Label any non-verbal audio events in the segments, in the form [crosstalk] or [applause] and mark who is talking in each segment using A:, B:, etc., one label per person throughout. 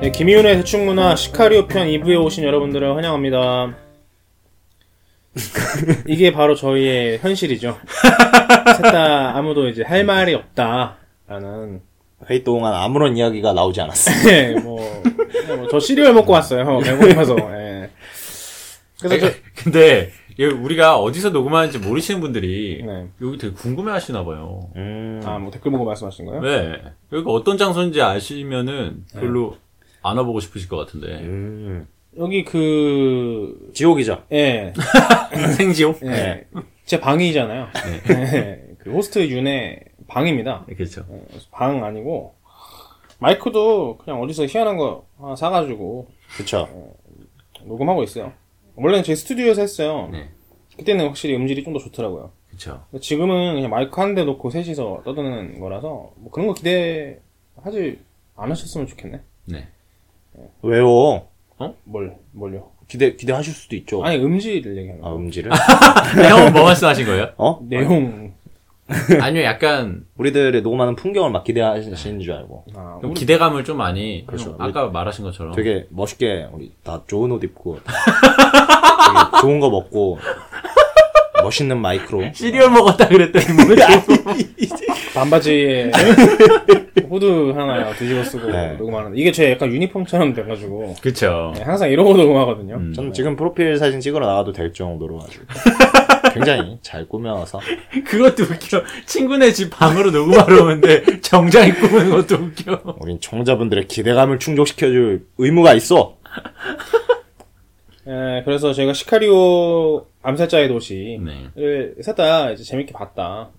A: 네, 김희윤의 대충문화 시카리오 편 2부에 오신 여러분들을 환영합니다. [laughs] 이게 바로 저희의 현실이죠. 셋 다 아무도 이제 할 말이 없다라는
B: 회의 동안 아무런 이야기가 나오지 않았어요.
A: 네, 뭐, 그냥 뭐저 시리얼 먹고 왔어요. [laughs] 배고파서. 예. 그래서 저,
C: [laughs] 근데 이거 우리가 어디서 녹음하는지 모르시는 분들이
A: 네.
C: 여기 되게 궁금해 하시나 봐요.
B: 음.
A: 아, 뭐 댓글 보고 말씀하신 거예요?
C: 네. 여기가 어떤 장소인지 아시면은 별로 안 와보고 싶으실 것 같은데.
B: 음.
A: 여기 그,
B: 지옥이죠.
A: 예,
C: 생지옥?
A: 예.
B: 네.
A: 제 방이잖아요. 예. 그 호스트 윤의 방입니다.
C: 그렇죠.
A: 방 아니고 마이크도 그냥 어디서 희한한 거 하나 사가지고
B: 그쵸.
A: 녹음하고 있어요. 원래는 제 스튜디오에서 했어요.
C: 네.
A: 그때는 확실히 음질이 좀 더 좋더라고요.
C: 그렇죠.
A: 근데 지금은 그냥 마이크 한 대 놓고 셋이서 떠드는 거라서 뭐 그런 거 기대하지 않으셨으면 좋겠네.
C: 네.
B: 왜요?
A: 뭘 뭘요?
B: 기대, 기대하실 수도 있죠.
A: 아니 음질을 얘기하는
B: 아,
A: 거.
B: 음질을?
C: 근데 형은 뭐
B: [laughs]
C: 말씀하신 거예요?
B: 어?
A: 내용.
C: 아니요, 약간
B: 우리들의 녹음하는 풍경을 막 기대하시는 줄 알고.
A: 아,
C: 좀
A: 우리-
C: 기대감을 좀 많이.
B: 그렇죠.
C: 형, 아까 말하신 것처럼.
B: 되게 멋있게, 우리 다 좋은 옷 입고, [laughs] 되게 좋은 거 먹고, 멋있는 마이크로.
C: 시리얼 먹었다 그랬더니 뭐 몸에
A: 반바지에 후드 하나 뒤집어 쓰고
B: 네.
A: 녹음하는. 이게 제 약간 유니폼처럼 돼가지고
C: 그렇죠.
A: 네, 항상 이러고 [laughs] 녹음하거든요.
B: 저는 지금 프로필 사진 찍으러 나가도 될 정도로 아주 굉장히 잘 꾸며서
C: 그것도 웃겨. 친구네 집 방으로 녹음하러 오는데 [laughs] 정장 입고 오는 것도 웃겨.
B: 우린 청자분들의 기대감을 충족시켜줄 의무가 있어.
A: 예, 그래서 제가 시카리오 암살자의 도시
C: 네.
A: 를 셋다 이제 재밌게 봤다.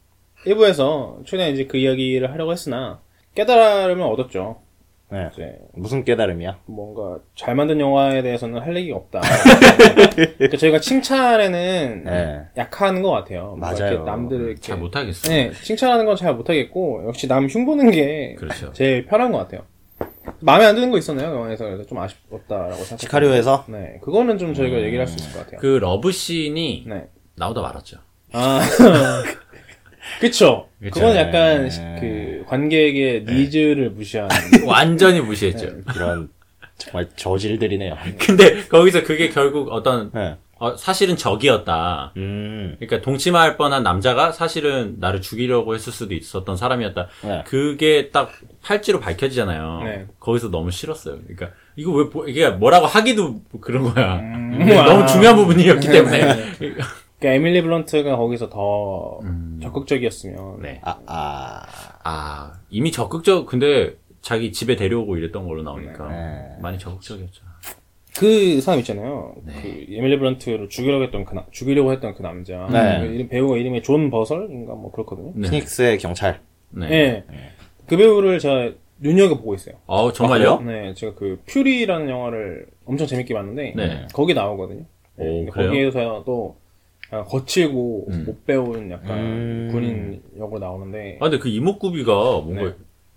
A: 1부에서 최대한 이제 그 이야기를 하려고 했으나 깨달음을 얻었죠.
B: 네.
A: 이제
B: 무슨 깨달음이야?
A: 뭔가 잘 만든 영화에 대해서는 할 얘기가
B: [laughs]
A: 없다. 그러니까 저희가 칭찬에는
B: 네.
A: 약한 것 같아요. 뭔가
B: 맞아요.
A: 이렇게 남들을 이렇게
C: 잘 못하겠어.
A: 네, 칭찬하는 건 잘 못하겠고 역시 남 흉보는 게
C: 그렇죠.
A: 제일 편한 것 같아요. 마음에 안 드는 거 있었나요 영화에서 그래서 좀 아쉽다라고 생각.
B: 시카리오에서 음.
A: 네, 그거는 좀 저희가 얘기를 할 수 있을 것 같아요.
C: 그 러브씬이
A: 네.
C: 나오다 말았죠.
A: 아. [laughs] 그쵸.
C: 그쵸.
A: 그건 약간
B: 네.
A: 시- 그 관객의 니즈를 무시하는.
C: 완전히 무시했죠.
B: 이런 정말 저질들이네요.
C: 근데 거기서 그게 결국 어떤
B: 네.
C: 어, 사실은 적이었다.
B: 음.
C: 그러니까 동침할 뻔한 남자가 사실은 나를 죽이려고 했을 수도 있었던 사람이었다.
B: 네.
C: 그게 딱 팔찌로 밝혀지잖아요.
A: 네.
C: 거기서 너무 싫었어요. 그러니까 이거 왜 보- 이게 뭐라고 하기도 그런 거야.
A: 음.
C: 이게
A: 아.
C: 너무 중요한 부분이었기 때문에.
A: 그러니까 에밀리 블런트가 거기서 더
C: 음.
A: 적극적이었으면.
C: 네.
B: 아, 아.
C: 아 이미 적극적 근데 자기 집에 데려오고 이랬던 걸로 나오니까
B: 네.
C: 많이 적극적이었죠.
A: 그 사람 있잖아요.
C: 네.
A: 그 에밀리 블런트를 죽이려고 했던 그, 나- 죽이려고 했던 그 남자.
B: 네.
A: 그 이름- 배우가 이름이 존 버설인가 뭐 그렇거든요.
C: 네.
B: 피닉스의 경찰.
C: 네.
A: 네. 그 배우를 제가 눈여겨보고 있어요.
C: 어 정말요?
A: 네, 제가 그 퓨리라는 영화를 엄청 재밌게 봤는데
C: 네.
A: 거기 나오거든요. 네,
C: 오,
A: 근데
C: 그래요?
A: 거기에서도 약간 거칠고
C: 음.
A: 못 배운 약간
B: 음.
A: 군인 역으로 나오는데
C: 아 근데 그 이목구비가 뭔가
A: 예. 네.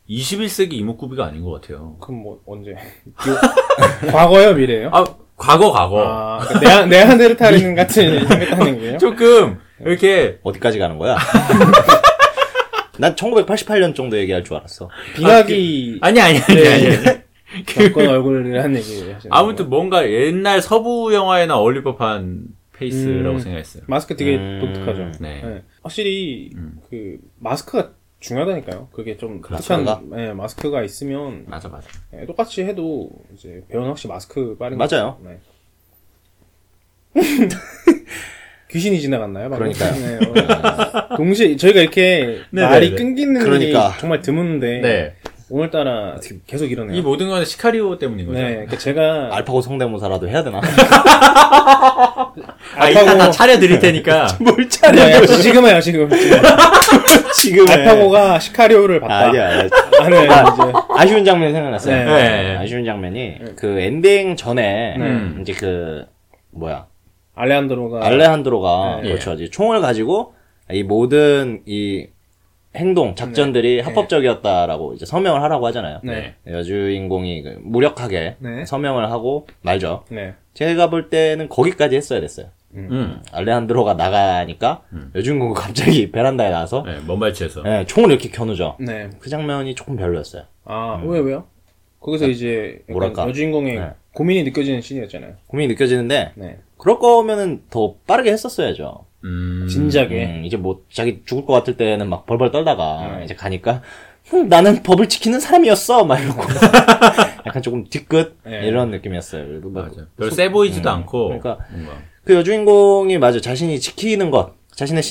C: 21세기 이목구비가 아닌 것 같아요.
A: 그럼 뭐 언제 [laughs] 요- 과거요 미래요?
C: 아 과거 과거.
A: 아, 그러니까 네아, 네안데르탈인 같은 생겼다는 거예요?
C: 조금 이렇게
B: 어디까지 가는
A: [laughs]
B: 거야? 난 1988년 정도 얘기할 줄 알았어.
A: 비각이 네.
C: 아니 아니 아니 아니. 아니.
A: [laughs] 겪은 얼굴이라는 얘기를 하시는
C: 아무튼
A: 거예요.
C: 뭔가 옛날 서부 영화에나 어울릴 법한 페이스라고
A: 음.
C: 생각했어요.
A: 마스크 되게
B: 음.
A: 독특하죠.
C: 네.
A: 네. 확실히
C: 음.
A: 그 마스크가 중요하다니까요. 그게 좀
C: 그렇죠.
B: 그렇습니다.
A: 특한 네, 마스크가 있으면
C: 맞아 맞아.
A: 예, 똑같이 해도 이제 배우는 확실히 마스크 빠른 것
B: 맞아요.
A: 같아요. 네. [laughs] 귀신이 지나갔나요? 방금?
B: 그러니까요.
A: 네, 어, 동시에 저희가 이렇게
C: 네,
A: 말이
C: 네, 네.
A: 끊기는
B: 그러니까.
A: 일이 정말 드문데
C: 네.
A: 오늘따라 계속 이러네요.
C: 이 모든 건 시카리오 때문인 거죠.
A: 네, 그러니까 제가
B: [laughs] 알파고 성대모사라도
A: [laughs]
B: 해야 되나?
C: 아 이따 다 차려 드릴 테니까.
B: 뭘
A: 네, 지금이야 지금. 지금.
B: 지금
A: 알파고가 시카리오를
B: 아,
A: 봤다.
B: 아니야. 아니야.
A: 나는 이제
B: 아쉬운 장면이 생각났어요.
A: 네.
C: 네.
B: 아쉬운 장면이 그 엔딩 전에
C: 네.
A: 음.
B: 이제 그 뭐야
A: 알레한드로가
B: 알레한드로가
C: 네.
B: 그렇죠. 이제 총을 가지고 이 모든 이 행동 작전들이 합법적이었다라고 이제 서명을 하라고 하잖아요.
A: 네.
B: 여주인공이 그 무력하게
A: 네.
B: 서명을 하고 말죠.
A: 네.
B: 제가 볼 때는 거기까지 했어야 됐어요.
C: 음.
B: 알레한드로가 나가니까 여주인공이 갑자기 [laughs] 베란다에 나와서
C: 네, 먼발치에서.
B: 예, 총을 이렇게 겨누죠.
A: 네.
B: 그 장면이 조금 별로였어요.
A: 아, 왜 왜요? 거기서 이제 약간
B: 네. 뭐랄까.
A: 여주인공의
B: 네.
A: 고민이 느껴지는 씬이었잖아요.
B: 고민이 느껴지는데
A: 네.
B: 그럴 거면은 더 빠르게 했었어야죠.
C: 음.
A: 진작에.
B: 음, 이제 뭐 자기 죽을 것 같을 때는 막 벌벌 떨다가
A: 네.
B: 이제 가니까 음, 나는 법을 지키는 사람이었어 막 이러고 약간 조금 뒤끝
A: 네.
B: 이런 느낌이었어요. 그래도 뭐
C: 맞아. 별로 세 보이지도
B: 음,
C: 않고.
B: 그러니까
C: 뭔가.
B: 그 여주인공이 맞아 자신이 지키는 것 자신의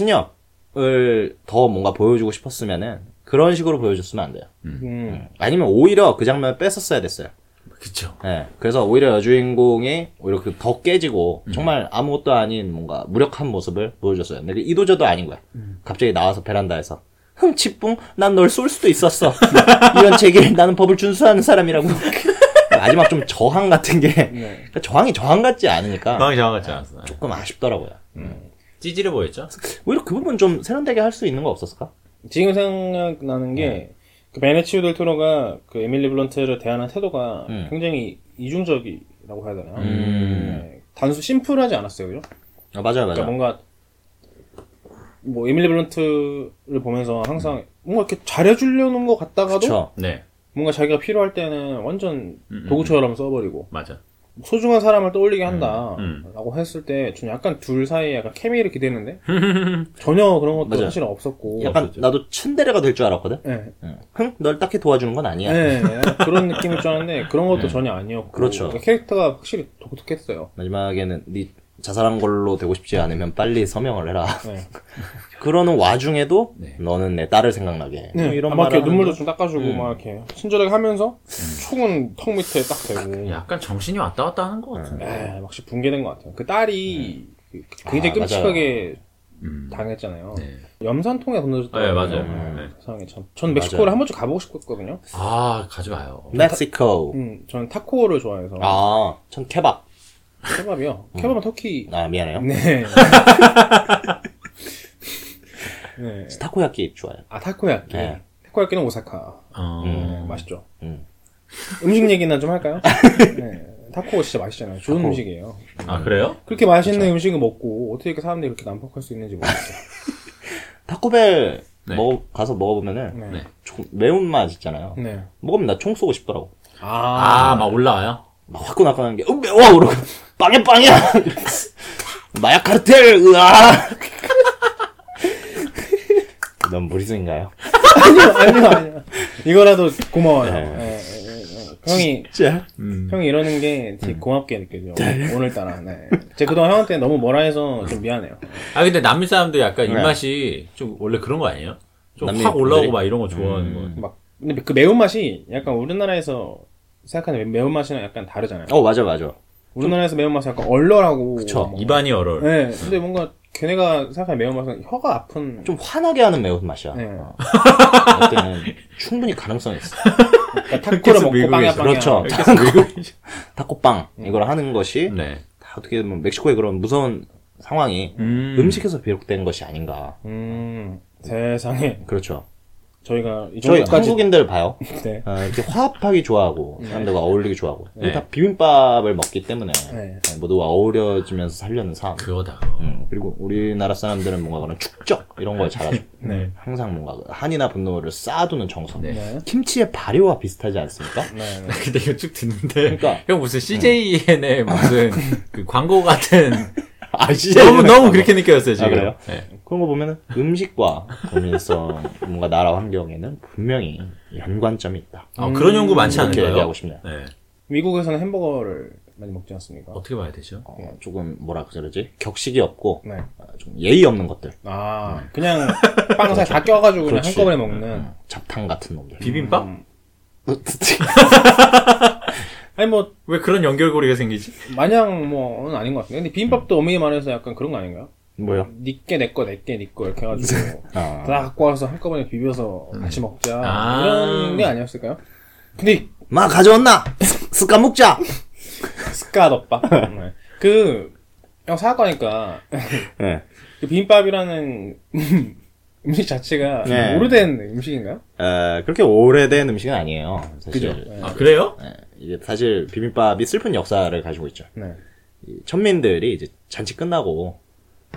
B: 신념을 더 뭔가 보여주고 싶었으면은 그런 식으로 보여줬으면 안 돼요.
A: 음.
B: 아니면 오히려 그 장면을 뺐었어야 됐어요.
C: 그쵸.
B: 예. 그래서 오히려 여주인공이 오히려 그 더 깨지고
A: 음.
B: 정말 아무것도 아닌 뭔가 무력한 모습을 보여줬어요. 근데 그 이도저도 아닌 거야.
A: 음.
B: 갑자기 나와서 베란다에서 흠 치뿡 난 널 쏠 수도 있었어. [laughs] 이런 제길 나는 법을 준수하는 사람이라고. [laughs] 마지막 좀 저항 같은 게
A: 네.
B: 그러니까 저항이 저항 같지 않으니까
A: 아.
C: 방이 정확하지 않았어.
B: 조금 아쉽더라고요.
C: 찌질해 보였죠?
B: 오히려 그 부분 좀 세련되게 할 수 있는 거 없었을까?
A: 지금 생각나는
B: 네.
A: 게, 그 베네치오 델 토로가 그 에밀리 블런트를 대하는 태도가
B: 음.
A: 굉장히 이중적이라고 해야 되나요?
B: 음.
A: 네. 단순 심플하지 않았어요, 그죠?
B: 아, 맞아요,
A: 그러니까
B: 맞아요.
A: 뭔가, 뭐, 에밀리 블런트를 보면서 항상 뭔가 이렇게 잘해주려는 것 같다가도
B: 음. 그쵸.
C: 네.
A: 뭔가 자기가 필요할 때는 완전
C: 음, 음,
A: 도구처럼 써버리고 뭐
C: 맞아.
A: 소중한 사람을 떠올리게 한다.
C: 음,
A: 라고 했을 때, 저는 약간 둘 사이에 약간 케미를
B: [laughs]
A: 기대했는데, 전혀 그런 것도
B: 맞아요.
A: 사실은 없었고,
B: 약간
C: 없었죠.
B: 나도 츤데레가 될 줄 알았거든.
A: 예,
B: 응. 흥, 널 딱히 도와주는 건 아니야.
A: 예, 그런 느낌일 줄 알았는데, 그런 것도 전혀 아니었고,
B: 그렇죠.
A: 그러니까 캐릭터가 확실히 독특했어요.
B: 마지막에는 네 자살한 걸로 되고 싶지 않으면 빨리 서명을 해라.
C: [laughs]
A: 네.
B: 그러는 와중에도
C: 네.
B: 너는 내 딸을 생각나게.
A: 네,
B: 뭐
A: 이런
B: 이런
A: 막
B: 말을
A: 이렇게 눈물도
B: 눈물도
A: 좀 닦아주고, 막 이렇게 친절하게 하면서, 총은 턱 밑에 딱 대고,
C: 약간 정신이 왔다 갔다 하는 것 같은데.
B: 네.
A: 예, 막시 붕괴된 것 같아요. 그 딸이 그- 굉장히
B: 아,
A: 끔찍하게
C: 음.
A: 당했잖아요.
C: 네.
A: 염산통에 건너졌다.
C: 네, 맞아요.
B: 음.
C: 네.
A: 상황이 참. 전 멕시코를
B: 맞아요.
A: 한 번쯤 가보고 싶었거든요.
C: 아, 가져와요.
B: 멕시코.
A: 음, 저는 타코를 좋아해서.
B: 아, 전 케밥.
A: 케밥이요. 케밥은 터키.
B: 아, 미안해요.
A: 네. [laughs] 네.
B: 타코야끼 좋아요.
A: 아 타코야끼.
B: 네.
A: 타코야끼는 오사카.
C: 어.
A: 네, 맛있죠.
B: 음.
A: 음식 얘기나 좀 할까요? 네. 타코 진짜 맛있잖아요. 좋은
B: 타코.
A: 음식이에요.
C: 아, 그래요?
A: 그렇게 맛있는 음식을 먹고 어떻게 이렇게 사람들이 그렇게 난폭할 수 있는지 모르겠어요.
B: 타코벨
C: 네.
B: 먹어, 가서 먹어보면은
A: 네.
C: 네.
B: 좀 매운맛 있잖아요.
A: 네.
B: 먹으면 나 총 쏘고 싶더라고.
A: 아.
C: 아, 막 올라와요?
B: 막 화끈화끈한 게, 어, 매워! 그러고, [laughs] 빵야, 빵야! 마약 카르텔, 으아! [laughs] 넌 무리수인가요?
A: 아니요, 아니요, 아니요. 이거라도 고마워요.
B: 네.
A: 예, 예, 예. 형이
B: 진짜?
C: 음.
A: 형이 이러는 게 되게 고맙게 느껴져요. 오늘따라. 네. 제가 그동안 형한테 너무 뭐라 해서 좀 미안해요.
C: 아, 근데 남미 사람도 약간
B: 네.
C: 입맛이 좀 원래 그런 거 아니에요? 좀
B: 남미
C: 확 올라오고
B: 분들이? 음.
C: 막 이런 거 좋아하는 거. 같아요.
A: 막 근데 그 매운맛이 약간 우리나라에서 생각하는 매- 매운맛이랑 약간 다르잖아요.
B: 어, 맞아, 맞아.
A: 우리나라에서 매운맛이 약간 얼얼하고
B: 그쵸.
A: 뭐.
C: 입안이 얼얼.
A: 네. 근데 뭔가 걔네가 생각하는 매운맛은 혀가 아픈
B: 좀 화나게 하는 매운맛이야.
A: 네.
B: 어. 그때는 충분히 가능성이 있어.
A: 그러니까 타코를 먹고
C: 미국에서.
A: 빵야 빵야
B: 그렇죠. [laughs] 타코빵, 이걸 하는 것이,
C: 네.
B: 다 어떻게 보면 멕시코의 그런 무서운 상황이
C: 음.
B: 음식에서 비롯된 것이 아닌가.
A: 음. 세상에
B: 그렇죠.
A: 저희가 이
B: 저희
A: 정도까지
B: 한국인들 봐요.
A: 네.
B: 어, 이렇게 화합하기 좋아하고 사람들과 어울리기 좋아하고 이게 다 비빔밥을 먹기 때문에
A: 네.
B: 모두가 어우러지면서 살려는 삶
C: 그거다, 그거.
B: 음, 그리고 우리나라 사람들은 뭔가 그런 축적 이런 걸 잘하죠
A: 네.
B: 항상 뭔가 그 한이나 분노를 쌓아두는 정성
C: 네.
A: 네.
B: 김치의 발효와 비슷하지 않습니까?
A: 네. 네.
C: [laughs] 근데 이거 쭉 듣는데.
B: 그러니까. 네.
C: 형 무슨
B: [laughs]
C: CJN의 무슨 그 광고 같은.
B: 아 진짜
C: [laughs] 너무, 너무 그렇게 느껴졌어요, 지금.
B: 아, 그래요?
C: 네.
B: 그런 거 보면은 음식과 국민성 [laughs] 뭔가 나라 환경에는 분명히 연관점이 있다
C: 아, 그런 연구 많지
B: 음, 이렇게
C: 않을까요?
B: 얘기하고 싶네요
C: 네.
A: 미국에서는 햄버거를 많이 먹지 않습니까?
C: 어떻게 봐야 되죠?
B: 어, 조금 뭐라 그러지 격식이 없고
A: 네.
B: 어, 좀 예의 없는 것들
A: 아, 그냥 빵 사이 다 껴가지고 그냥
B: 그렇지. 네.
A: 한꺼번에 먹는.
B: 잡탕 같은 놈들
C: 비빔밥?
B: 음.
C: [laughs]
A: 아니, 뭐,
C: 왜 그런 연결고리가 생기지?
A: 마냥 뭐는 아닌 것 같은데. 근데 비빔밥도 어머니 말해서 약간 그런 거 아닌가요?
B: 뭐요?
A: 니께 내꺼, 내께 니꺼 이렇게 해가지고.
B: 아,
A: 다 갖고 와서 한꺼번에 비벼서 같이 먹자.
C: 아.
A: 이런 게 아니었을까요? 근데,
B: 마 가져왔나? 스까 먹자.
A: 스카덮밥. [laughs] 네. 그, 형 사학과니까,
B: 네.
A: 그 비빔밥이라는 [laughs] 음식 자체가
B: 네.
A: 오래된 음식인가요?
B: 에, 그렇게 오래된 음식은 아니에요. 사실
A: 그죠? 네.
C: 아, 그래요?
B: 예, 이게 사실 비빔밥이 슬픈 역사를 가지고 있죠.
A: 네.
B: 이 천민들이 이제 잔치 끝나고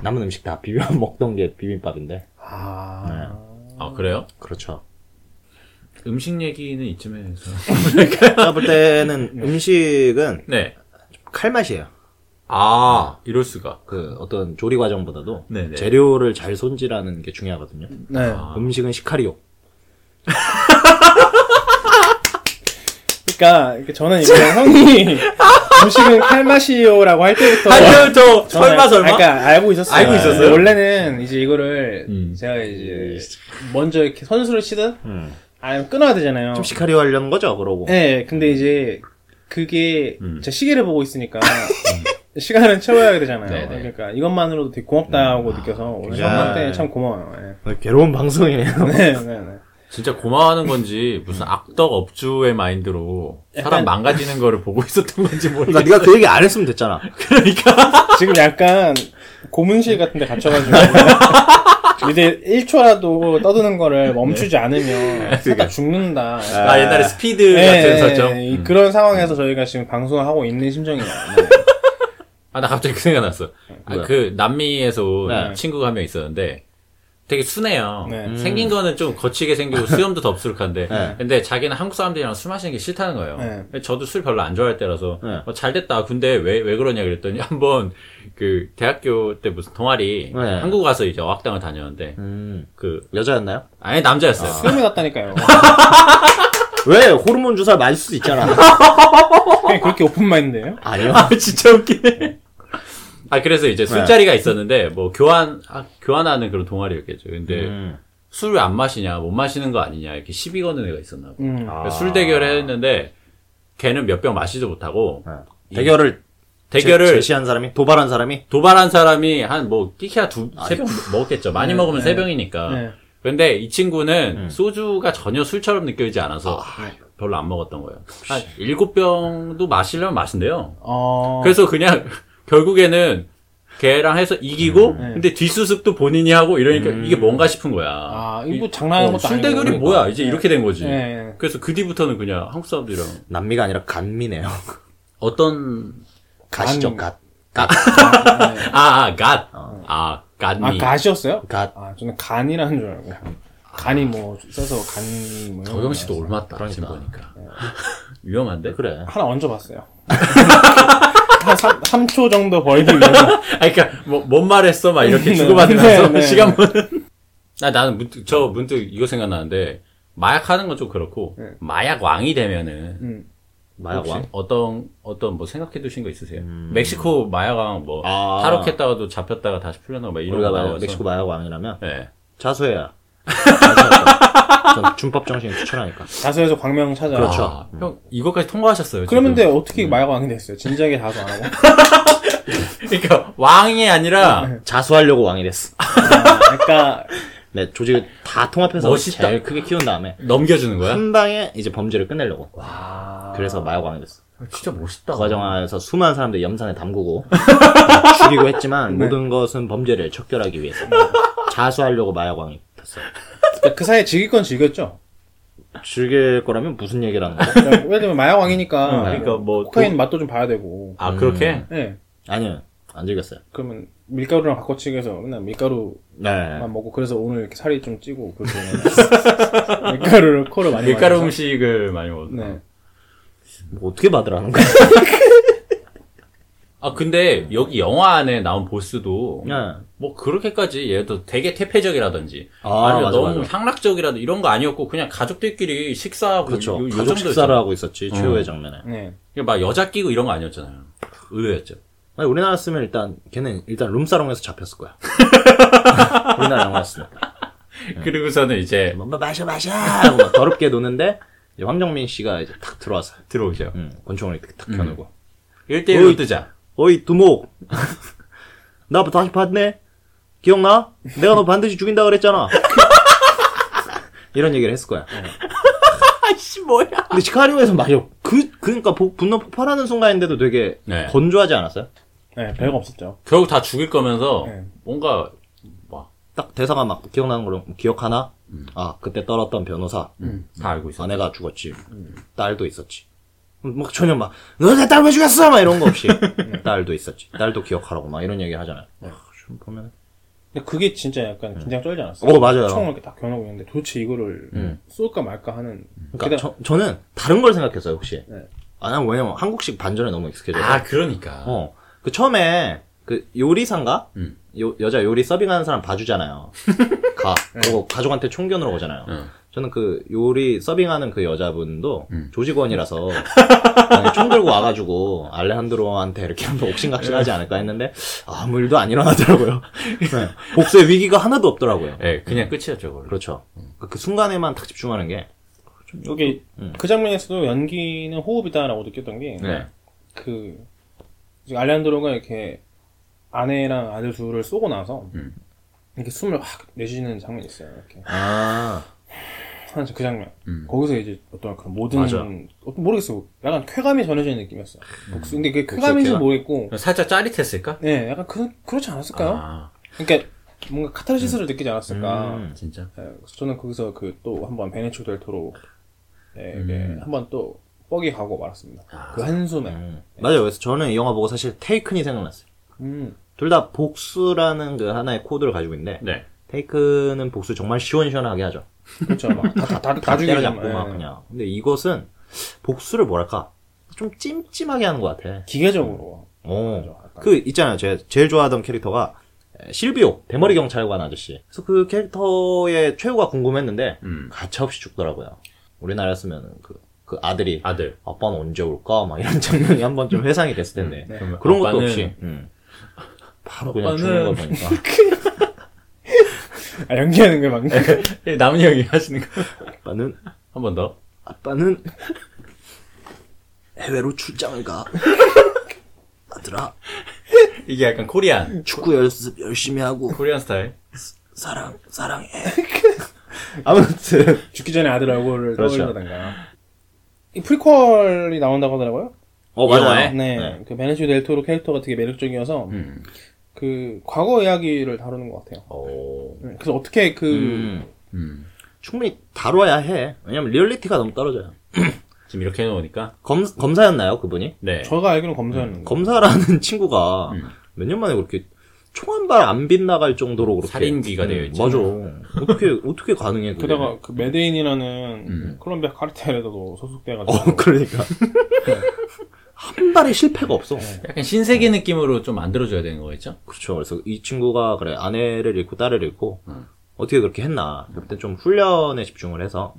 B: 남은 음식 다 비벼 [laughs] 먹던 게 비빔밥인데.
A: 아.
C: 아, 그래요?
B: 그렇죠.
C: 음식 얘기는 이쯤에 해서.
B: 제가 볼 때는 음식은
C: [laughs] 네.
B: 칼맛이에요.
C: 아, 이럴 수가.
B: 그 어떤 조리 과정보다도
C: 네네. [laughs]
B: 재료를 잘 손질하는 게 중요하거든요.
A: 네.
C: 아.
B: 음식은 시카리오.
A: 그러니까 이렇게 저는 이제
C: [laughs]
A: 형이 음식은 칼맛이요라고 할 때부터
C: 아니요,
A: 저는
C: 저 설마 설마.
A: 아, 그러니까 알고 있었어요.
C: 알고 있었어요?
A: 원래는 이제 이거를
C: 음.
A: 제가 이제 먼저 이렇게 선수를 치든
B: 음.
A: 아니면 끊어야 되잖아요.
B: 좀 시카리오 하려는 거죠, 그러고.
A: 네, 근데 이제 그게
C: 뭐. 음.
A: 제 시계를 보고 있으니까 [laughs] 시간은 채워야 되잖아요.
C: 네, 음. 아. 네.
A: 그러니까 이것만으로도 되게 고맙다고 느껴서 오늘
B: 야.
A: 선방 때참 고마워요.
B: 네, 괴로운 방송이네요.
C: [laughs]
A: 예. [laughs] 네, 네, 네.
C: 진짜 고마워하는 건지 무슨 악덕 업주의 마인드로 사람
A: 약간-
C: 망가지는 거를 보고 있었던 건지
B: 그러니까
C: 모르겠어.
B: 네가 그 얘기 안 했으면 됐잖아.
A: 지금 약간 고문실 같은 데
C: [laughs]
A: 갇혀가지고 이제 1초라도 떠드는 거를 멈추지 않으면 살다 죽는다.
C: 네. 그러니까.
A: 네.
C: 아 옛날에 스피드 같은 설정. 음.
A: 이- 그런 상황에서 저희가 지금 방송을 하고 있는 심정이에요. 네.
C: 아 나 갑자기 그 생각났어. 아,
B: 뭐야?
C: 그 남미에서 온
B: 네.
C: 친구가 한 명 있었는데 되게 순해요.
A: 네. 음.
C: 생긴 거는 좀 거치게
B: [laughs]
C: 생기고 수염도 덥수룩한데
B: 네.
C: 근데 자기는 한국 사람들이랑 술 마시는 게 싫다는 거예요.
A: 네.
C: 근데 저도 술 별로 안 좋아할 때라서
B: 네.
C: 어, 잘 됐다. 근데 왜 왜 그러냐 그랬더니 [laughs] 한번 그 대학교 때 무슨 동아리
B: 네.
C: 한국 가서 이제 어학당을 다녔는데
B: 음.
C: 그
B: 여자였나요?
C: 아니 남자였어요.
A: [laughs] 수염이 났다니까요.
B: 왜 호르몬 주사 맞을 수도 있잖아.
C: [laughs]
A: 그냥 그렇게 오픈마인드예요?
B: 아니요.
C: 아 진짜 웃기네. 아 그래서
B: 네.
C: 이제 술자리가 있었는데 뭐 교환 아, 교환하는 그런 동아리였겠죠. 근데
B: 음.
C: 술을 안 마시냐, 못 마시는 거 아니냐, 이렇게 시비 거는 애가 있었나 봐.
A: 음.
B: 아.
C: 그러니까 술 대결을 했는데, 걔는 몇 병 마시지 못하고,
B: 네. 대결을
C: 대결을
B: 제, 시한 사람이 도발한 사람이
C: 도발한 사람이 한 뭐, 끼키야 두,
A: 아,
C: 세 병 먹었겠죠. 많이 먹으면 세 병이니까.
A: 뭐- 네. 음.
C: 근데 이 친구는 소주가 전혀 술처럼 느껴지지 않아서 별로 안 먹었던 거예요. 한 일곱 병도 마시려면 마신대요.
A: 어.
C: 그래서 그냥, [laughs] 결국에는 걔랑 해서 이기고,
A: 네. 음.
C: 근데 뒷수습도 본인이 하고 이러니까 이게 뭔가 싶은 거야. 어,
A: 아, 이거 뭐 장난하는 것도
C: 술
A: 아니고. 그러니까.
C: 대결이 뭐야? 이제 이렇게 된 거지.
A: 네.
C: 그래서 그 뒤부터는 그냥 한국 사람들이랑
B: 남미가 아니라 간미네요.
C: 어떤
B: 가시죠,
A: 간-
B: 갓.
A: 아, 네.
C: 아아 갓. 아 갓니.
A: 아, 가시였어요?
B: 갓.
A: 아, 저는 간이라는 줄 알고. 간이 뭐, 써서 간이 뭐. 이런
C: 덕영 씨도
A: 거
C: 올맞다. 지금 보니까 네. [laughs] 위험한데?
B: 그래.
A: 하나 얹어봤어요. [laughs] 한 3, 3초 정도 벌기 위해서.
C: 아 그러니까 뭐뭔 말했어 막 이렇게
A: 네,
C: 주고받으면서
A: 네, 네.
C: 시간 보는. 아 나는 문득 저 문득 이거 생각나는데 마약 하는 건 좀 그렇고
A: 네.
C: 마약 왕이 되면은
A: 음.
B: 마약
C: 혹시
B: 왕.
C: 어떤 어떤 뭐 생각해 두신 거 있으세요? 멕시코 마약 왕뭐
B: 아.
C: 탈옥했다가도 잡혔다가 다시 풀려나고 막 이런
B: 우리가
C: 거
B: 마
C: 나와서.
B: 멕시코 마약 왕이라면
C: 네.
B: 자수해야. 자수할 거야. 전 준법 정신 추천하니까.
A: 다수에서 광명 찾아.
B: 그렇죠.
C: 아, 형 이거까지 통과하셨어요.
A: 그러면
C: 지금.
A: 근데 어떻게 마약왕이 됐어요? 진작에 다수 안 하고.
C: 그러니까 왕이
A: 네.
C: 아니라
B: 자수하려고 왕이 됐어.
A: 아, 그러니까,
B: 네, 조직을 다 통합해서
C: 멋있다.
B: 제일 크게 키운 다음에
C: 넘겨주는 거야?
B: 한 방에 이제 범죄를 끝내려고.
A: 아.
B: 그래서 마약 왕이 됐어.
C: 진짜 멋있다.
B: 그 과정에서 수많은 사람들 염산에
C: [laughs]
B: 담그고 죽이고 했지만
C: 네.
B: 모든 것은 범죄를 척결하기 위해서 자수하려고 마약 왕이 됐어.
A: 그러니까 그 사이에 즐길 건 즐겼죠?
B: 즐길 거라면 무슨 얘기를 하는 거야?
A: 그러니까 예를 들면 마약왕이니까.
C: 음, 그러니까 뭐
A: 코카인 맛도 좀 봐야 되고.
C: 아 그렇게?
A: 예.
B: 아니요, 안 즐겼어요.
A: 그러면 밀가루랑 바꿔치기 해서 맨날 밀가루만
B: 네.
A: 먹고 그래서 오늘 이렇게 살이 좀 찌고 그렇게 오늘 [laughs] 밀가루를 코를 많이
C: 밀가루
A: 마셔서.
C: 음식을 많이 먹었다.
A: 네.
B: 뭐 어떻게 받으라는 거야?
C: 아 근데 여기 영화 안에 나온 보스도
B: 네.
C: 뭐 그렇게까지 얘도 되게 태폐적이라든지
B: 아,
C: 아, 니면
B: 맞아,
C: 너무
B: 맞아.
C: 향락적이라든 이런 거 아니었고 그냥 가족들끼리 식사하고 뭐
B: 그렇죠.
C: 요, 요
B: 가족
C: 정도였죠.
B: 식사를 하고 있었지
C: 음.
B: 최후의 장면에.
A: 네.
C: 그냥 막 여자 끼고 이런 거 아니었잖아요. 의외였죠.
B: 만약 우리나라 쓰면 일단 걔는 일단 룸사롱에서 잡혔을 거야. 우리나라 영화였으면.
C: 네. [laughs] 그리고서는 이제
B: 뭔가 마셔 마셔 하고 막 더럽게 노는데 이제 황정민 씨가 이제 탁 들어와서
C: 들어오죠.
B: 음, 권총을 이렇게 탁 켜놓고
C: 1대1로
B: 어이.
C: 뜨자.
B: 어이 두목 [laughs] 나 다시 봤네 기억나? 내가 너 반드시 죽인다 그랬잖아 [laughs] 이런 얘기를 했을 거야
C: 아씨 뭐야?
B: 근데 시카리오에서 막 이러- 그, 그러니까 복- 분노 폭발하는 순간인데도 되게
C: 네.
B: 건조하지 않았어요?
A: 네, 별거 없었죠.
C: 결국 다 죽일 거면서
A: 네.
C: 뭔가 막 다
B: 딱 대사가 막 기억나는 걸로 기억하나? 아 그때 떨었던 변호사
C: 알고 있어.
B: 아내가 죽었지 딸도 있었지 막 전혀 막너내딸왜 죽였어 막 이런 거 없이 딸도 있었지 딸도 기억하라고 막 이런 얘기 하잖아요 와, 아, 좀 보면
A: 근데 그게 진짜 약간 긴장 쩔지 않았어.
B: 어, 맞아요. 음.
A: 총을 이렇게 딱 겨누고 있는데 도대체 이거를 쏠까 말까 하는.
B: 그러니까
A: 게다가-
B: 저, 는 다른 걸 생각했어요 혹시.
A: 네.
B: 아, 난 왜냐면 한국식 반전에 너무 익숙해져서.
C: 아, 그러니까.
B: 어. 그 처음에 그 요리사인가?
C: 음.
B: 요- 여자 요리 서빙하는 사람 [laughs] 봐주잖아요. 가. 그리고 가족한테 총견으로 오잖아요.
C: 응.
B: 저는 그 요리 서빙하는 그 여자분도
C: 음.
B: [laughs] 조직원이라서 아니, 총 들고 와가지고 알레한드로한테 이렇게 한번 옥신각신하지 않을까 했는데 아무 일도 안 일어나더라고요. 네. [laughs] 복수의 위기가 하나도 없더라고요.
C: 예, 그냥 끝이었죠, 그걸.
B: 그렇죠. 그 순간에만 딱 집중하는 게
A: 여기
B: 음.
A: 그 장면에서도 연기는 호흡이다라고 느꼈던 게.
C: 네.
A: 그 이제 알란드로가 이렇게 아내랑 아들 둘을 쏘고 나서
C: 음.
A: 이렇게 숨을 확 내쉬는 장면이 있어요. 이렇게
B: 아
A: 하는 그 장면.
C: 음.
A: 거기서 이제 어떤 그런 모든
B: 맞아. 음.
A: 어떤- 모르겠어. 약간 쾌감이 전해지는 느낌이었어. 요 복수. 근데 그게
B: 복수
A: 쾌감인지
B: 쾌감?
A: 모르겠고.
C: 살짝 짜릿했을까?
A: 네, 약간 그 그렇지 않았을까요?
C: 아,
A: 그러니까 뭔가 카타르시스를 느끼지 않았을까.
B: 음.
C: 진짜.
A: 네, 그래서 저는 거기서 그 또 한번 베네초 델 토로 네, 한번 또 뻑이 가고 말았습니다.
C: 아.
A: 그 한숨에.
B: 음. 맞아요. 그래서 저는 이 영화 보고 사실 테이큰이 생각났어요.
A: 음.
B: 둘 다 복수라는 그 하나의 코드를 가지고 있는데
C: 네.
B: 테이큰은 복수 정말 시원시원하게 하죠.
A: 그렇죠. 막다다 네.
B: 다
A: 다중이
B: 때려잡고 막 그냥. 근데 이것은 복수를 뭐랄까 좀 찜찜하게 하는 것 같아.
A: 기계적으로.
B: 어.
A: 그죠, 약간.
B: 그 있잖아요. 제가 제일 좋아하던 캐릭터가 에, 실비오 대머리 경찰관 아저씨. 그래서 그 캐릭터의 최후가 궁금했는데
C: 음.
B: 가차없이 죽더라고요. 우리나라였으면 그, 그 아들이
C: 아들.
B: 아빠는 언제 올까 막 이런 장면이 한 번 좀 회상이 됐을 텐데
C: 네. 그러면
B: 그런 것도
C: 음. 아빠는-
B: 없이 음. 바로 그냥
C: 아빠는-
B: 죽는 걸 보니까
A: 아, 연기하는 게 맞네.
C: 예, 남은 형이 [laughs] 하시는 거.
B: 아빠는
C: 한 번 더.
B: 아빠는 해외로 출장을 가 아들아
C: 이게 약간 코리안.
B: 축구 연습 열심히 하고
C: 코리안 스타일.
B: 사랑 사랑해 아무튼
A: [laughs] 죽기 전에 아들 얼굴을
B: 그렇죠.
A: 떠올린다던가. 이 프리퀄이 나온다고 하더라고요.
B: 어
C: 영화에?
B: 맞아요
A: 네. 그 베네치오 델토로 캐릭터가 되게 매력적이어서
C: 음.
A: 그 과거 이야기를 다루는 것 같아요.
B: 어.
C: 오.
A: 네, 그래서 어떻게 그
B: 음,
C: 음.
B: 충분히 다뤄야 해 왜냐면 리얼리티가 너무 떨어져요
C: 지금 이렇게 해놓으니까.
B: 검, 검사였나요 그분이
C: 네.
A: 제가 알기로는 검사였는데
B: 검사라는 [laughs] 친구가
C: 음.
B: 몇 년 만에 그렇게 총 한 발 안 빗나갈 정도로 그렇게 음,
C: 살인귀가 되어 있지.
B: 맞아 어떻게 어떻게 가능해 그게
A: 그다가 그 메데인이라는
C: 음.
A: 콜롬비아 카르텔에도 소속돼가지고
B: 어 [laughs] 그러니까 한 발의 실패가 없어
C: 약간 신세계 느낌으로 좀 만들어줘야 되는 거겠죠?
B: 네, 그렇죠. 그래서 이 친구가 그래 아내를 잃고 딸을 잃고
C: 음.
B: 어떻게 그렇게 했나. 그때 좀 훈련에 집중을 해서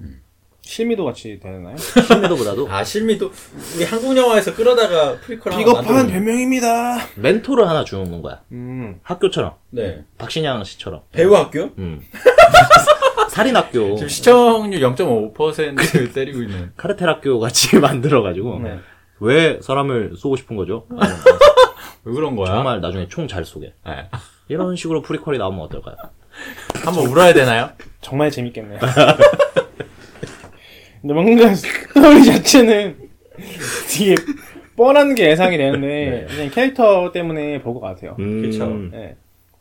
A: 실미도 같이 되나요?
C: [laughs]
B: 신메도보다도
C: 아, 실미도 우리 한국 영화에서 끌어다가 프리퀄
A: 비겁한 변명입니다.
B: 멘토를 하나 주는 거야.
A: 음.
B: 학교처럼
C: 네.
B: 박신양 씨처럼
C: 배우 학교?
B: 음. [laughs] 살인 학교
C: 지금 시청률 0.5%를 [laughs] 때리고 있는.
B: 카르텔 학교 같이 [laughs] 만들어가지고
A: 네.
B: 왜 사람을 쏘고 싶은 거죠?
C: 음.
B: 아,
C: 왜 그런 거야?
B: 정말 나중에 총 잘 쏘게
C: 네.
B: 이런 식으로 프리퀄이 나오면 어떨까요?
C: 한번 울어야 되나요?
A: 정말 재밌겠네요. [laughs] 근데 뭔가 스토리 자체는 [laughs] 되게 뻔한 게 예상이 되는데 그냥 캐릭터 때문에 볼 것 같아요.
B: 음,
C: 그쵸.
A: 예.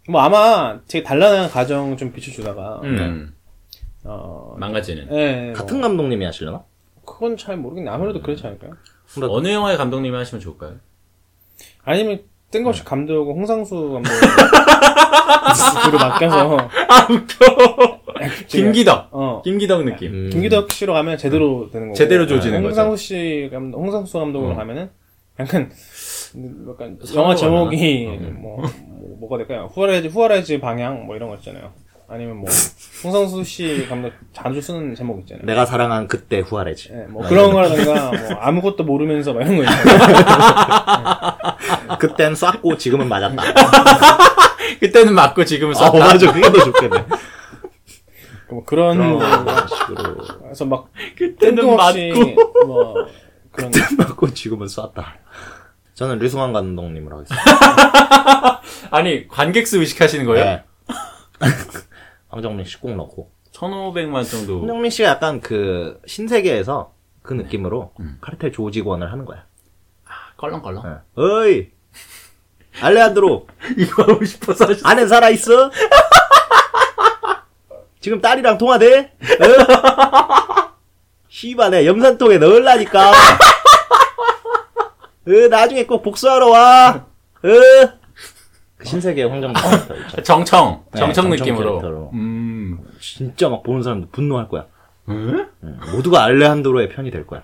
A: 뭐 아마 되게 단란한 가정 좀 비춰주다가
C: 음.
A: 어,
C: 네. 망가지는.
A: 예, 예,
B: 같은
A: 뭐,
B: 감독님이 하시려나?
A: 그건 잘 모르겠는데 아무래도 그렇지 않을까요?
C: 어느 영화의 감독님이 하시면 좋을까요?
A: 아니면
C: 음.
A: 뜬금없이 감독은 홍상수
C: [laughs]
A: 감독으로 맡겨서 지금-
C: 김기덕.
A: 어
C: 김기덕 느낌.
B: 음.
A: 김기덕 씨로 가면 제대로 되는 거고 예,
C: 음. 제대로 조지는
A: 홍상수 씨 감독, 홍상수 감독으로
C: 어.
A: 가면은 약간 약간
C: 상호가
A: 영화 제목이
C: 많아? 어.
A: 뭐, 뭐 뭐가 될까요? 후아레즈 후아레즈 방향 뭐 이런 거 있잖아요. 아니면
C: [laughs]
A: 뭐 홍상수 씨 감독 자주 쓰는 제목 있잖아요.
B: 내가 사랑한 그때 후아레지
A: 예, 뭐 그런 거라든가 뭐 아무것도 모르면서 막 이런 거 있잖아요.
B: 그땐 쐈고 지금은 [laughs] 맞았다
C: 그때는 맞고 지금은
B: 아,
C: 썩.
B: 어, 아, 맞아. 그게 더 좋겠네. 음.
A: 뭐 그런 거.
B: [laughs] 그런 식으로.
A: 그래서 막
C: 그때는
A: 뜬금없이
C: 맞고.
A: 뭐 그런
B: 맞고 지금은 쐈다. 저는 류승환 감독님으로 하겠습니다.
C: 아니, 관객수 의식하시는 거예요?
B: 네. [laughs] 황정민 씨 꼭 넣고.
C: 1,500만 정도.
B: 황정민 씨가 약간 그 신세계에서 그 느낌으로 카르텔 조직원을 하는 거야. [laughs]
C: 껄렁껄렁.
B: 네. 어이! 알레한드로!
C: 이거 하고 싶어서 하시
B: 아는 살아있어? [laughs] 지금 딸이랑 통화돼? 어? [laughs] 씨발, 내 염산통에 넣을라니까. 어, 나중에 꼭 복수하러 와. 어? 그 신세계 황정민 캐릭터 있죠.
C: 정청
B: 네,
C: 정청
B: 정청
C: 느낌으로.
B: 캐릭터로.
C: 음.
B: 진짜 막 보는 사람들 분노할 거야. 응, 모두가 알레한드로의 편이 될 거야.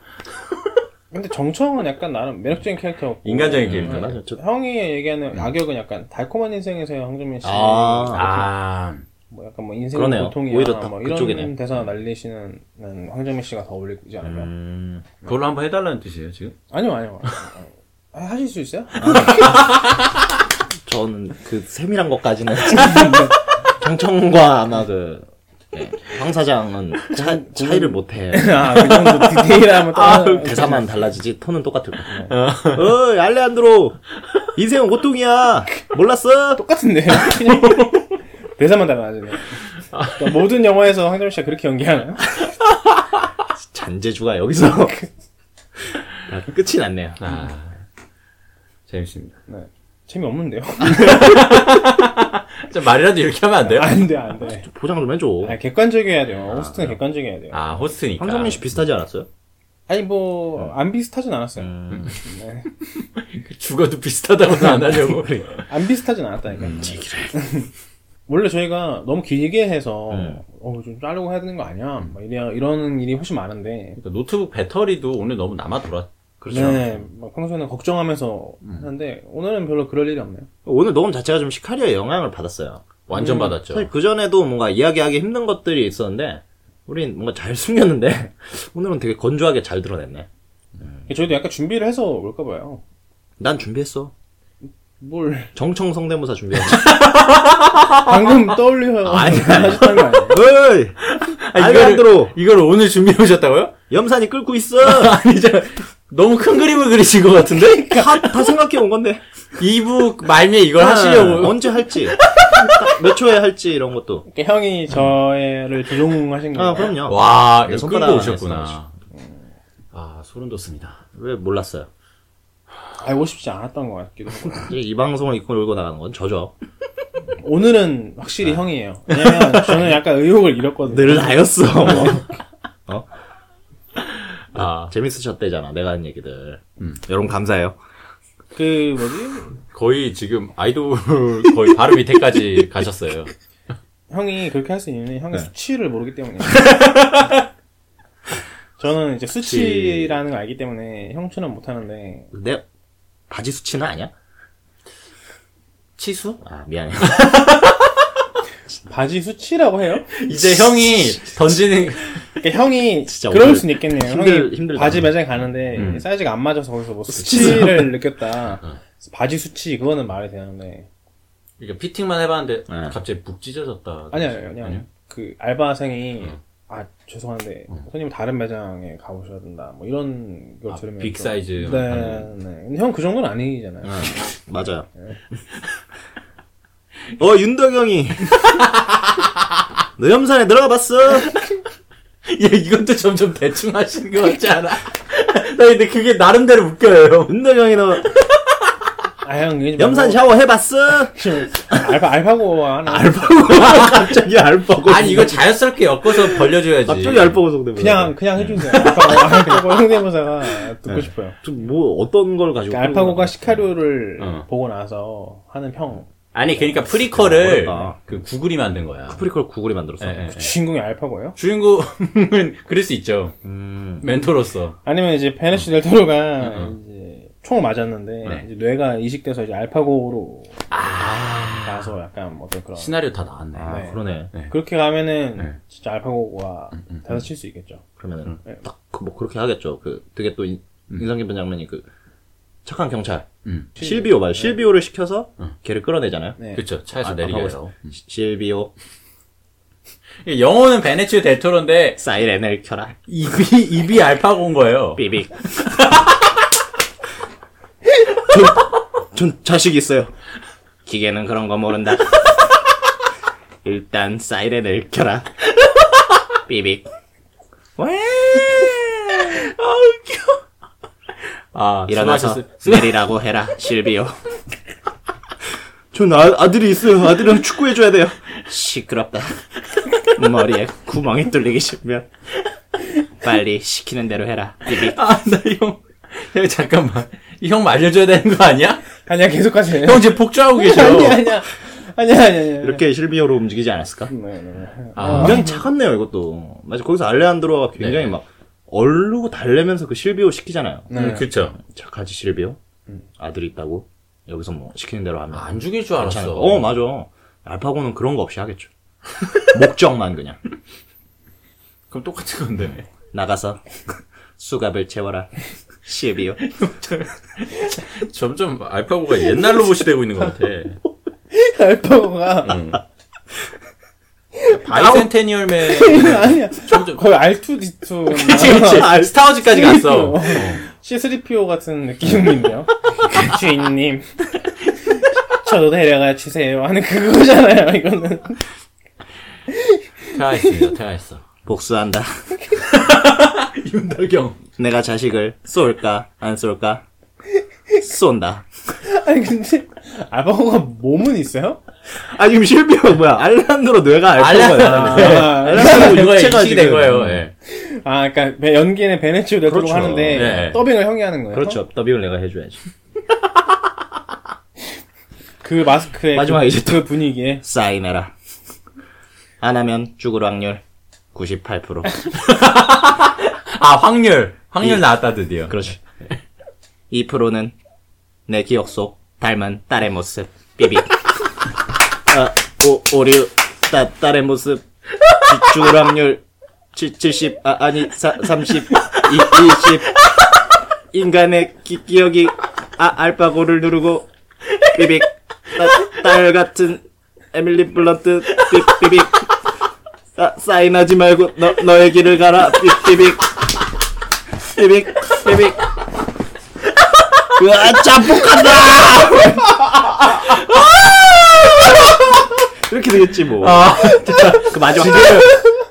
A: 근데 정청은 약간 나름 매력적인 캐릭터.
C: 인간적인
B: 음,
C: 캐릭터.
B: 맞아. 저-
A: 형이 얘기하는 악역은 약간 달콤한 인생에서의 황정민 씨.
B: 아,
C: 아
A: 뭐 약간 뭐 인생
B: 그러네요.
A: 고통이야.
B: 오히려 딱
A: 뭐
B: 그쪽이네.
A: 이런 대사 날리시는 황정민 씨가 더 어울리지 않을까.
B: 음,
C: 그걸로 한번 해달라는 뜻이에요 지금?
A: 아니요, 아니요. 아, 하실 수 있어요?
B: 저는 그 세밀한 것까지는 [laughs] 정청과 아마 그 네, 황사장은 차, 차이를 못해.
A: 아, 그 정도 디테일하면 또. 아,
B: 대사만 달라지지 톤은 똑같을 거야. 어, 알레한드로 인생은 고통이야. 몰랐어?
A: 똑같은데요? [laughs] 그냥 대사만 달라지네. 그러니까 모든 영화에서 황정민 씨가 그렇게 연기하나요?
B: 잔재주가 여기서 다 끝이 났네요.
C: 아 재밌습니다.
A: 네. 재미없는데요?
C: 자 말이라도 이렇게 하면 안 돼요?
A: 안 돼, 안 돼.
B: 보장 좀 해줘.
A: 아, 객관적이어야 돼요. 호스트는 객관적이어야 돼요.
C: 아 호스트니까.
B: 황정민 씨 비슷하지 않았어요?
A: 아니, 뭐, 안 비슷하진 않았어요.
B: 음.
A: 네.
C: 죽어도
B: [laughs]
C: 비슷하다고는 안 하려고.
A: 안 비슷하진 않았다니까요. [laughs] 원래 저희가 너무 길게 해서,
B: 음.
A: 어, 좀 자르고 해야 되는 거 아니야? 막 이래, 이런 일이 훨씬 많은데.
C: 그러니까 노트북 배터리도 오늘 너무 남아 돌아.
B: 그렇죠.
C: 그렇죠.
A: 네, 막 평소에는 걱정하면서 하는데, 오늘은 별로 그럴 일이 없네요.
B: 오늘 녹음 자체가 좀 시카리의 영향을 받았어요.
C: 완전 받았죠.
B: 사실 그 전에도 뭔가 이야기하기 힘든 것들이 있었는데 우린 뭔가 잘 숨겼는데 오늘은 되게 건조하게 잘 드러냈네.
A: 저희도 약간 준비를 해서 올까 봐요.
B: 난 준비했어.
A: 뭘,
B: [laughs] 정청 성대모사 준비했어. [laughs]
A: 방금 떠올려서
B: 아니,
A: 하셨다는 거 아니에요?
B: 아, 어이! 알레한드로!
C: 이걸 오늘 준비해 오셨다고요?
B: 염산이 끓고 있어! [laughs]
C: 아니 저 너무 큰 그림을 그리신 것 같은데?
B: 다, 다 생각해 온 건데.
C: 2부 말미에 이걸
B: 네. 응,
C: 하시려고.
B: 언제 할지. 몇 초에 할지 이런 것도.
A: 이렇게 형이 저를 조종하신 거예요.
B: 아, 그럼요.
C: 와,
B: 내
C: 이거
B: 손가락
C: 끌고
B: 안에
C: 오셨구나. 아, 소름 돋습니다.
B: 왜 몰랐어요?
A: 알고 싶지 않았던 것 같기도 하고.
B: 이제 이 방송을 입고 놀고 나가는 건 저죠.
A: 오늘은
B: 아.
A: 확실히 형이에요. 왜냐면 저는 약간 의욕을 잃었거든요.
B: 늘 나였어. 뭐.
C: [laughs]
B: 어?
C: 아,
B: 재밌으셨대잖아, 내가 한 얘기들.
C: 음.
B: 여러분 감사해요.
A: 그, 뭐지?
C: 거의 지금 아이돌 [laughs] 거의 바로 밑에까지 가셨어요.
A: 형이 그렇게 할 수 있는 형의
B: 네.
A: 수치를 모르기
B: [laughs]
A: 때문이에요. 저는 이제 수치라는 걸 알기 때문에 형처럼 못하는데,
B: 내 바지 수치는 아니야?
C: 치수?
B: 아, 미안해.
A: 바지 수치라고 해요?
C: [laughs] 이제 형이
B: [laughs]
C: 던지는
A: 그러니까 형이
B: 진짜
A: 그럴
B: 오늘
A: 수는 있겠네요.
B: 힘들-
A: 형이
B: 힘들다.
A: 바지 매장 가는데
C: 음.
A: 사이즈가 안 맞아서 거기서 뭐
B: [laughs]
A: 수치를 느꼈다.
B: 어.
A: 바지 수치 그거는 말이 되는데
C: 그러니까 피팅만 해봤는데
B: 네.
C: 갑자기 북 찢어졌다.
A: 아니 아니 아니 아니
C: 아니요?
A: 그 알바생이 아 죄송한데 손님 다른 매장에 가보셔야 된다. 뭐 이런 걸
C: 아,
A: 들으면
C: 빅
A: 좀-
C: 사이즈
A: 네,
C: [laughs] 하는.
A: 네. 근데 형 그 정도는 아니잖아요.
B: 맞아요. 어, 윤덕영이. 너 염산에 들어가 봤어?
C: 야, 예, 이것도 점점 대충 하시는 것 같지 않아? 나 근데 그게 나름대로 웃겨요.
B: 윤덕영이 너
A: 아형
B: 염산 샤워 해봤어?
A: [laughs] 알바 알바고 하나
B: [laughs] 갑자기 알바고.
C: 아니, 이거 자연스럽게 엮어서 벌려줘야지.
B: 갑자기 알바고 성대.
A: 그냥 그냥 해주세요.
C: 네.
A: 알파고 알파고 형대모사가 듣고 싶어요.
B: 좀뭐 어떤 걸 가지고
A: 그러니까 알파고가 시카료를
C: 어.
A: 보고 나서 하는 평.
C: 아니, 그러니까 프리커를
B: 어렵다.
C: 그 구글이 만든 거야.
B: 아, 프리컬 구글이 만들었어.
C: 예, 예.
A: 그 주인공이 알파고예요?
C: 주인공은 [laughs] 그럴 수 있죠.
B: 음.
C: 멘토로서.
A: 아니면 이제 베네시 델 토로가 이제 총을 맞았는데
C: 네.
A: 이제 뇌가 이식돼서 이제 알파고로
C: 아.
A: 가서 약간 뭐 어떤 그런
C: 시나리오 다 나왔네.
B: 아,
A: 네.
B: 그러네.
A: 그렇게 가면은
C: 네.
A: 진짜 알파고가 대사 칠 수 있겠죠.
B: 그러면은
A: 음.
B: 딱뭐 그렇게 하겠죠. 그 되게 또 인, 인상 깊은 장면이 그 착한 경찰
C: 음.
B: 실비오 말 실비오를 시켜서 걔를 끌어내잖아요.
A: 음. 네.
C: 그쵸. 차에서
B: 아,
C: 내리게
B: 알파고에서.
C: 해서.
B: 시- 실비오
C: 예, 영어는 베네치오 델토로인데,
B: 사이렌을 켜라.
C: 입이, 입이 알파고인 거예요.
B: 삐빅. [laughs] 전, 전 자식 있어요. 기계는 그런 거 [laughs] 모른다. 일단 사이렌을 켜라. 삐빅. 와! [laughs]
C: 아,
B: 일어나서 [laughs]
C: 수고하셨어요.
B: 내리라고 해라, 실비오. 전 아, 아들이 있어요. 아들이랑 축구해줘야 돼요. 시끄럽다. 머리에 구멍이 뚫리기 싫면 빨리
C: [laughs]
B: 시키는 대로 해라. 삐빅.
C: 아, 나 형. 형, 잠깐만. 이 형 말려줘야 되는 거 아니야?
A: 아니야 계속 하세요.
C: [laughs] 형 지금 폭주하고
A: [laughs]
C: 계셔.
A: 아니야 아니야 아니야 아니야. 아니야.
B: 이렇게 실비어로 움직이지 않았을까?
A: 네, 네, 네.
C: 아.
B: 굉장히 차갑네요, 이것도. 맞아, 거기서 알레한드로가 굉장히
C: 네.
B: 막, 얼르고 달래면서 그 실비오 시키잖아요.
A: 네.
C: 음, 그쵸.
B: 착하지, 실비오?
C: 음.
B: 아들이 있다고? 여기서 뭐, 시키는 대로 하면.
C: 안 죽일 줄
B: 괜찮아요.
C: 알았어.
B: 어, 맞아. 알파고는 그런 거 없이 하겠죠. [laughs] 목적만 그냥.
C: 그럼 똑같은 건데.
B: 나가서, [laughs] 수갑을 채워라. [laughs]
C: [laughs]
B: 실비오.
C: 점점 알파고가 옛날 로봇이 되고 있는 것 같아.
A: [laughs] 알파고가
C: 바이센테니얼맨
A: 아니야.
C: 점점
A: 거의 R2D2
C: 그치. 아, 스타워즈까지 갔어. 어.
A: C3PO 같은 느낌인데요. 주인님. 저도 데려가 주세요. 하는 그거잖아요, 이거는.
C: 퇴화했습니다. 퇴화했어.
B: [laughs] 복수한다.
C: 윤달경.
B: 내가 자식을 쏠까, 안 쏠까? 쏜다.
A: 아니, 근데, 알파고가 몸은 있어요?
B: 아, 지금 실비오 뭐야? 알레한드로 뇌가 알파고야.
C: 알레한드로.
A: 아,
C: 알파고 이거에
B: 육체가
C: 인식이 된
B: 지금-
C: 거예요. 예.
A: 아, 그니까, 러 연기에는 베네치오 델토로
B: 그렇죠.
A: 하는데,
C: 네.
A: 더빙을 형이 하는 거예요.
B: 그렇죠. 더빙을 내가
C: [laughs]
B: 해줘야지.
A: 그 마스크의
B: 마지막에
A: 그,
B: 이제
A: 그 분위기에.
B: 사인해라. 안 하면 죽을 확률 98%.
C: 아 확률. 확률 나왔다 드디어.
B: 예. 그렇지. 2%는 내 기억 속 닮은 딸의 모습. 삐비. 아, 오, 오류. 따, 딸의 모습. 지- 죽을 확률 7, 70, 아, 아니, 사, 30, 이, 20. 인간의 기, 기억이 아, 알파고를 누르고 삐빅 따- 딸 같은 에밀리 블런트 삐- 삐빅 아, 사인하지 말고 너, 너의 길을 가라 삐- 삐빅 삐빅 삐빅 으아 자폭한다 이렇게 되겠지 뭐
C: 아 진짜
B: 그 마지막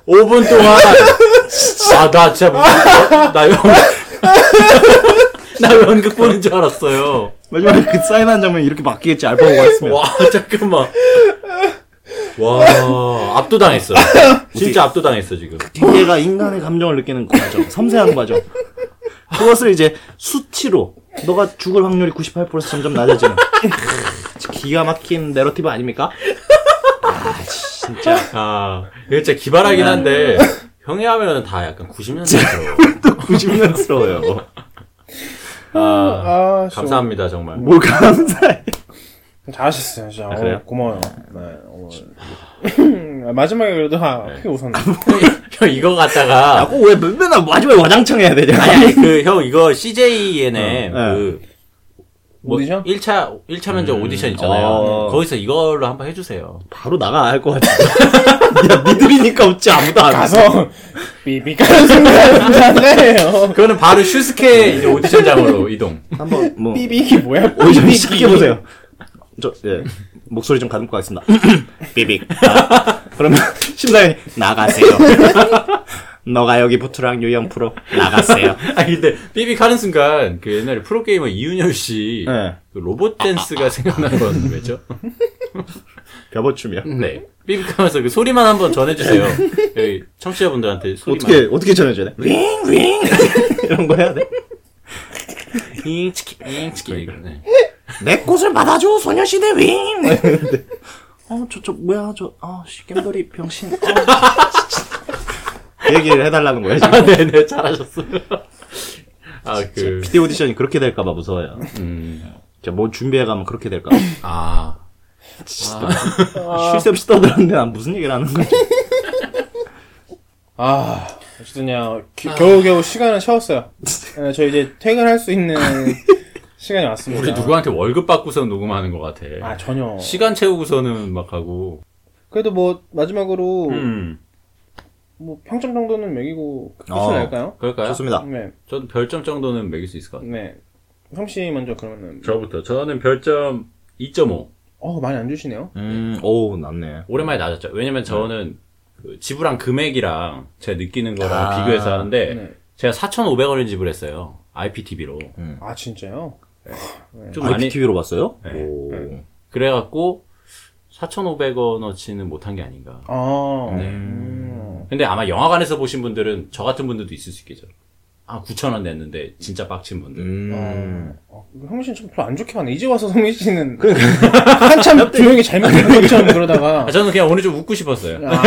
C: 5분
B: [laughs]
C: 동안 아, 아나 진짜 뭐, 나나 연. [laughs] 나 연극 보는 줄 알았어요.
B: 마지막에 그 사인한 장면 이렇게 바뀌겠지 알파고가 했으면
C: 와 잠깐만. 와 압도당했어. 진짜 압도당했어 지금.
B: 기계가 인간의 감정을 느끼는 과정, 섬세한 과정. 그것을 이제 수치로 너가 죽을 확률이 98% 점점 낮아지는. 크, 기가 막힌 내러티브 아닙니까?
C: 아 이거 진짜 기발하긴 한데 형이 하면 다 약간 90년대처럼.
B: 90년스러워요.
C: 아
A: 아, 씨.
C: 감사합니다 정말.
B: 뭘 감사해.
A: 잘하셨어요, 진짜.
B: 아, 그래요?
A: 어, 고마워요. 네, 오늘. 아, 마지막에 그래도 아, 크게 웃었네.
C: 형 이거 갖다가
B: 아, 꼭왜 맨날 마지막에 와장창 해야 되냐?
C: 아니, 아니 그 형 이거 CJN의
B: 어,
C: 그뭐
A: 오디션?
C: 1차 1차 면접 오디션
B: 음.
C: 있잖아요.
B: 어.
C: 거기서 이걸로 한번 해 주세요.
B: 바로 나가 할 것 같아. 야, 니들이니까 없지, 아무도 안 와.
A: 가서, 삐삐까는 순간, 안 해요.
C: 그거는 바로 슈스케 이제 오디션장으로 이동.
B: 한번, 뭐.
A: 삐삐, 이게 뭐야?
B: 오디션 시작해보세요. 저, 예. 목소리 좀 가듬고 가겠습니다. [clears throat] 삐빅. 아, 그러면, [laughs] 심사위원이, 나가세요. [laughs] 너가 여기 부트랑 유형 프로, 나가세요. [laughs]
C: 아 근데 삐빅 하는 순간 그 옛날에 프로게이머 이윤열 씨
B: 네.
C: 그 로봇 댄스가 생각나는 건 왜죠?
B: 벼보춤이요.
C: 네. 삐빅 하면서 그 소리만 한번 전해 주세요. 여기 청취자분들한테 소리만.
B: 어떻게, 어떻게 전해줘야 돼? 윙, [laughs] 윙! 이런 거 해야 돼? 윙, 치킨.
C: 네, 네.
B: 내 꽃을 받아줘, 소녀시대 윙! 막 이러는데, 어, 저, 저, 뭐야, 저, 아, 씨, 겜돌이 병신. 어. 그 얘기를 해달라는 거예요, 지금.
C: 아, 네, 네. 잘하셨어요. 아, 그
B: PD 오디션이 그렇게 될까봐 무서워요.
C: 음.
B: 진짜 뭐 준비해가면 그렇게 될까봐.
C: 아.
B: 쉴 새 없이 떠들었는데 난 무슨 얘기를 하는 거지?
A: 아, 어쨌든 그냥 기- 겨우겨우 시간을 채웠어요. 네, 저 이제 퇴근할 수 있는 시간이 왔습니다.
C: 우리 누구한테 월급 받고서 녹음하는 것 같아.
A: 아, 전혀.
C: 시간 채우고서는 막 하고.
A: 그래도 뭐, 마지막으로,
C: 음.
A: 뭐, 평점 정도는 매기고 끝을
B: 어.
A: 낼까요?
C: 그럴까요? 음.
B: 좋습니다.
A: 네,
C: 저도 별점 정도는 매길 수 있을 것 같아요.
A: 네. 형씨 먼저 그러면은,
C: 저부터. 저는 별점 2.5.
A: 어, 많이 안 주시네요?
B: 음, 오, 낫네.
C: 오랜만에 낮았죠. 왜냐면 저는 그 지불한 금액이랑 제가 느끼는 거랑
B: 아.
C: 비교해서 하는데,
A: 네.
C: 제가 4,500원을 지불했어요. IPTV로.
A: 아, 진짜요?
C: 좀 많이,
B: IPTV로 봤어요?
C: 네.
B: 오.
C: 그래갖고, 4,500원어치는 못한 게 아닌가.
A: 아,
C: 네.
A: 음.
C: 근데 아마 영화관에서 보신 분들은 저 같은 분들도 있을 수 있겠죠. 아, 9,000원 냈는데, 진짜 빡친 분들.
B: 음.
A: 어, 아. 형신 좀 별로 안 좋게 봤네. 이제 와서 성민 씨는 한참 조용히 잘 먹는 것처럼 그러다가
C: 아, 저는 그냥 오늘 좀 웃고 싶었어요.
A: 아,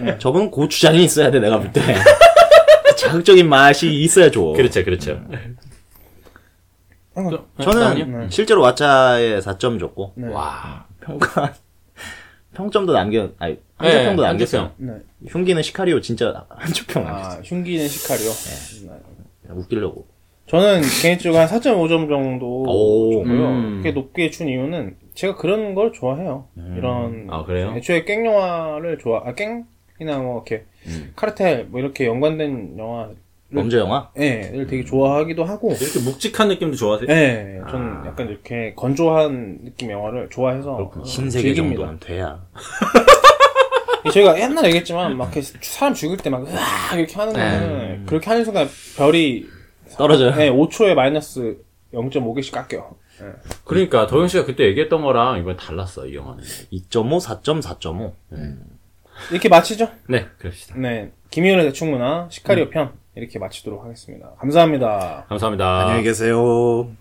A: 네.
B: 저분은 고추장이 있어야 돼, 내가 볼
C: [laughs]
B: 때. 자극적인 맛이 있어야 줘.
C: 그렇죠, 그렇죠. 음,
A: 어,
B: 뭐. 음. 저는
A: 네.
B: 실제로 왓챠에 4점 줬고,
A: 네.
C: 와.
B: 평가, 평점도 남겨, 아니,
C: 예,
B: 한자평도 남겼어요.
A: 네.
B: 흉기는 시카리오 진짜 한주평 남겼어.
A: 아, 흉기는 시카리오. 네.
C: 아.
B: 웃기려고.
A: 저는 개인적으로 한 4.5점 정도
B: 오.
A: 주고요.
C: 음.
A: 그게 높게 준 이유는 제가 그런 걸 좋아해요. 이런
C: 아, 그래요?
B: 네.
A: 애초에 깽 영화를 좋아 아 깽이나 뭐 이렇게 카르텔 뭐 이렇게 연관된 영화를
B: 범죄 영화?
A: 예, 를 되게 좋아하기도 하고
C: 이렇게 묵직한 느낌도 좋아하세요?
A: 예, 저는 약간 이렇게 건조한 느낌 영화를 좋아해서
B: 신세계
A: 즐깁니다.
B: 정도는 돼야.
A: 저희가 옛날에 얘기했지만 막 이렇게 사람 죽일 때 막 으악 이렇게
B: 네.
A: 하는 거는
B: 음.
A: 그렇게 하는 순간 별이
B: 떨어져요.
A: 네, 5초에 마이너스 0.5개씩 깎여. 예.
C: 그러니까, 더영 씨가 그때 얘기했던 거랑 이번에 달랐어, 이 영화는.
B: 2.5, 4점, 4.5.
A: 이렇게 마치죠?
C: 네, 그럽시다.
A: 네. 김희은의
B: 음.
A: 대충문화 시카리오 편 이렇게 마치도록 하겠습니다. 감사합니다.
C: 감사합니다.
B: 안녕히 계세요.